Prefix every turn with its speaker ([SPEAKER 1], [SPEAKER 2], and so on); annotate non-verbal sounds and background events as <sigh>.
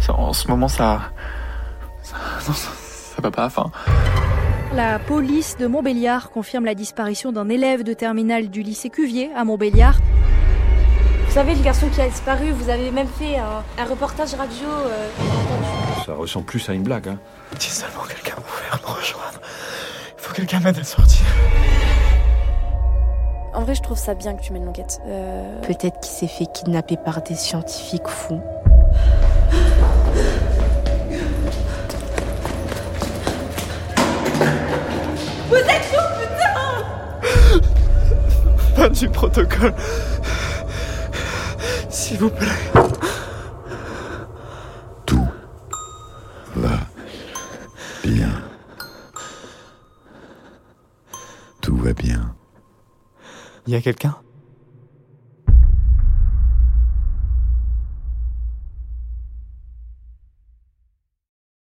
[SPEAKER 1] ça- en ce moment, ça. Ça, <laughs> non, ça, ça va pas. Enfin,
[SPEAKER 2] La police de Montbéliard confirme la disparition d'un élève de terminale du lycée Cuvier à Montbéliard.
[SPEAKER 3] Vous savez, le garçon qui a disparu, vous avez même fait un, un reportage radio. euh,
[SPEAKER 4] Ça ressemble plus à une blague. Hein.
[SPEAKER 1] si seulement quelqu'un pouvait me rejoindre. Il faut que quelqu'un m'aide à sortir.
[SPEAKER 3] En vrai, je trouve ça bien que tu mènes l'enquête. Euh,
[SPEAKER 5] Peut-être qu'il s'est fait kidnapper par des scientifiques fous.
[SPEAKER 1] Fin du protocole. S'il vous plaît.
[SPEAKER 6] Tout va bien. Tout va bien.
[SPEAKER 1] Il y a quelqu'un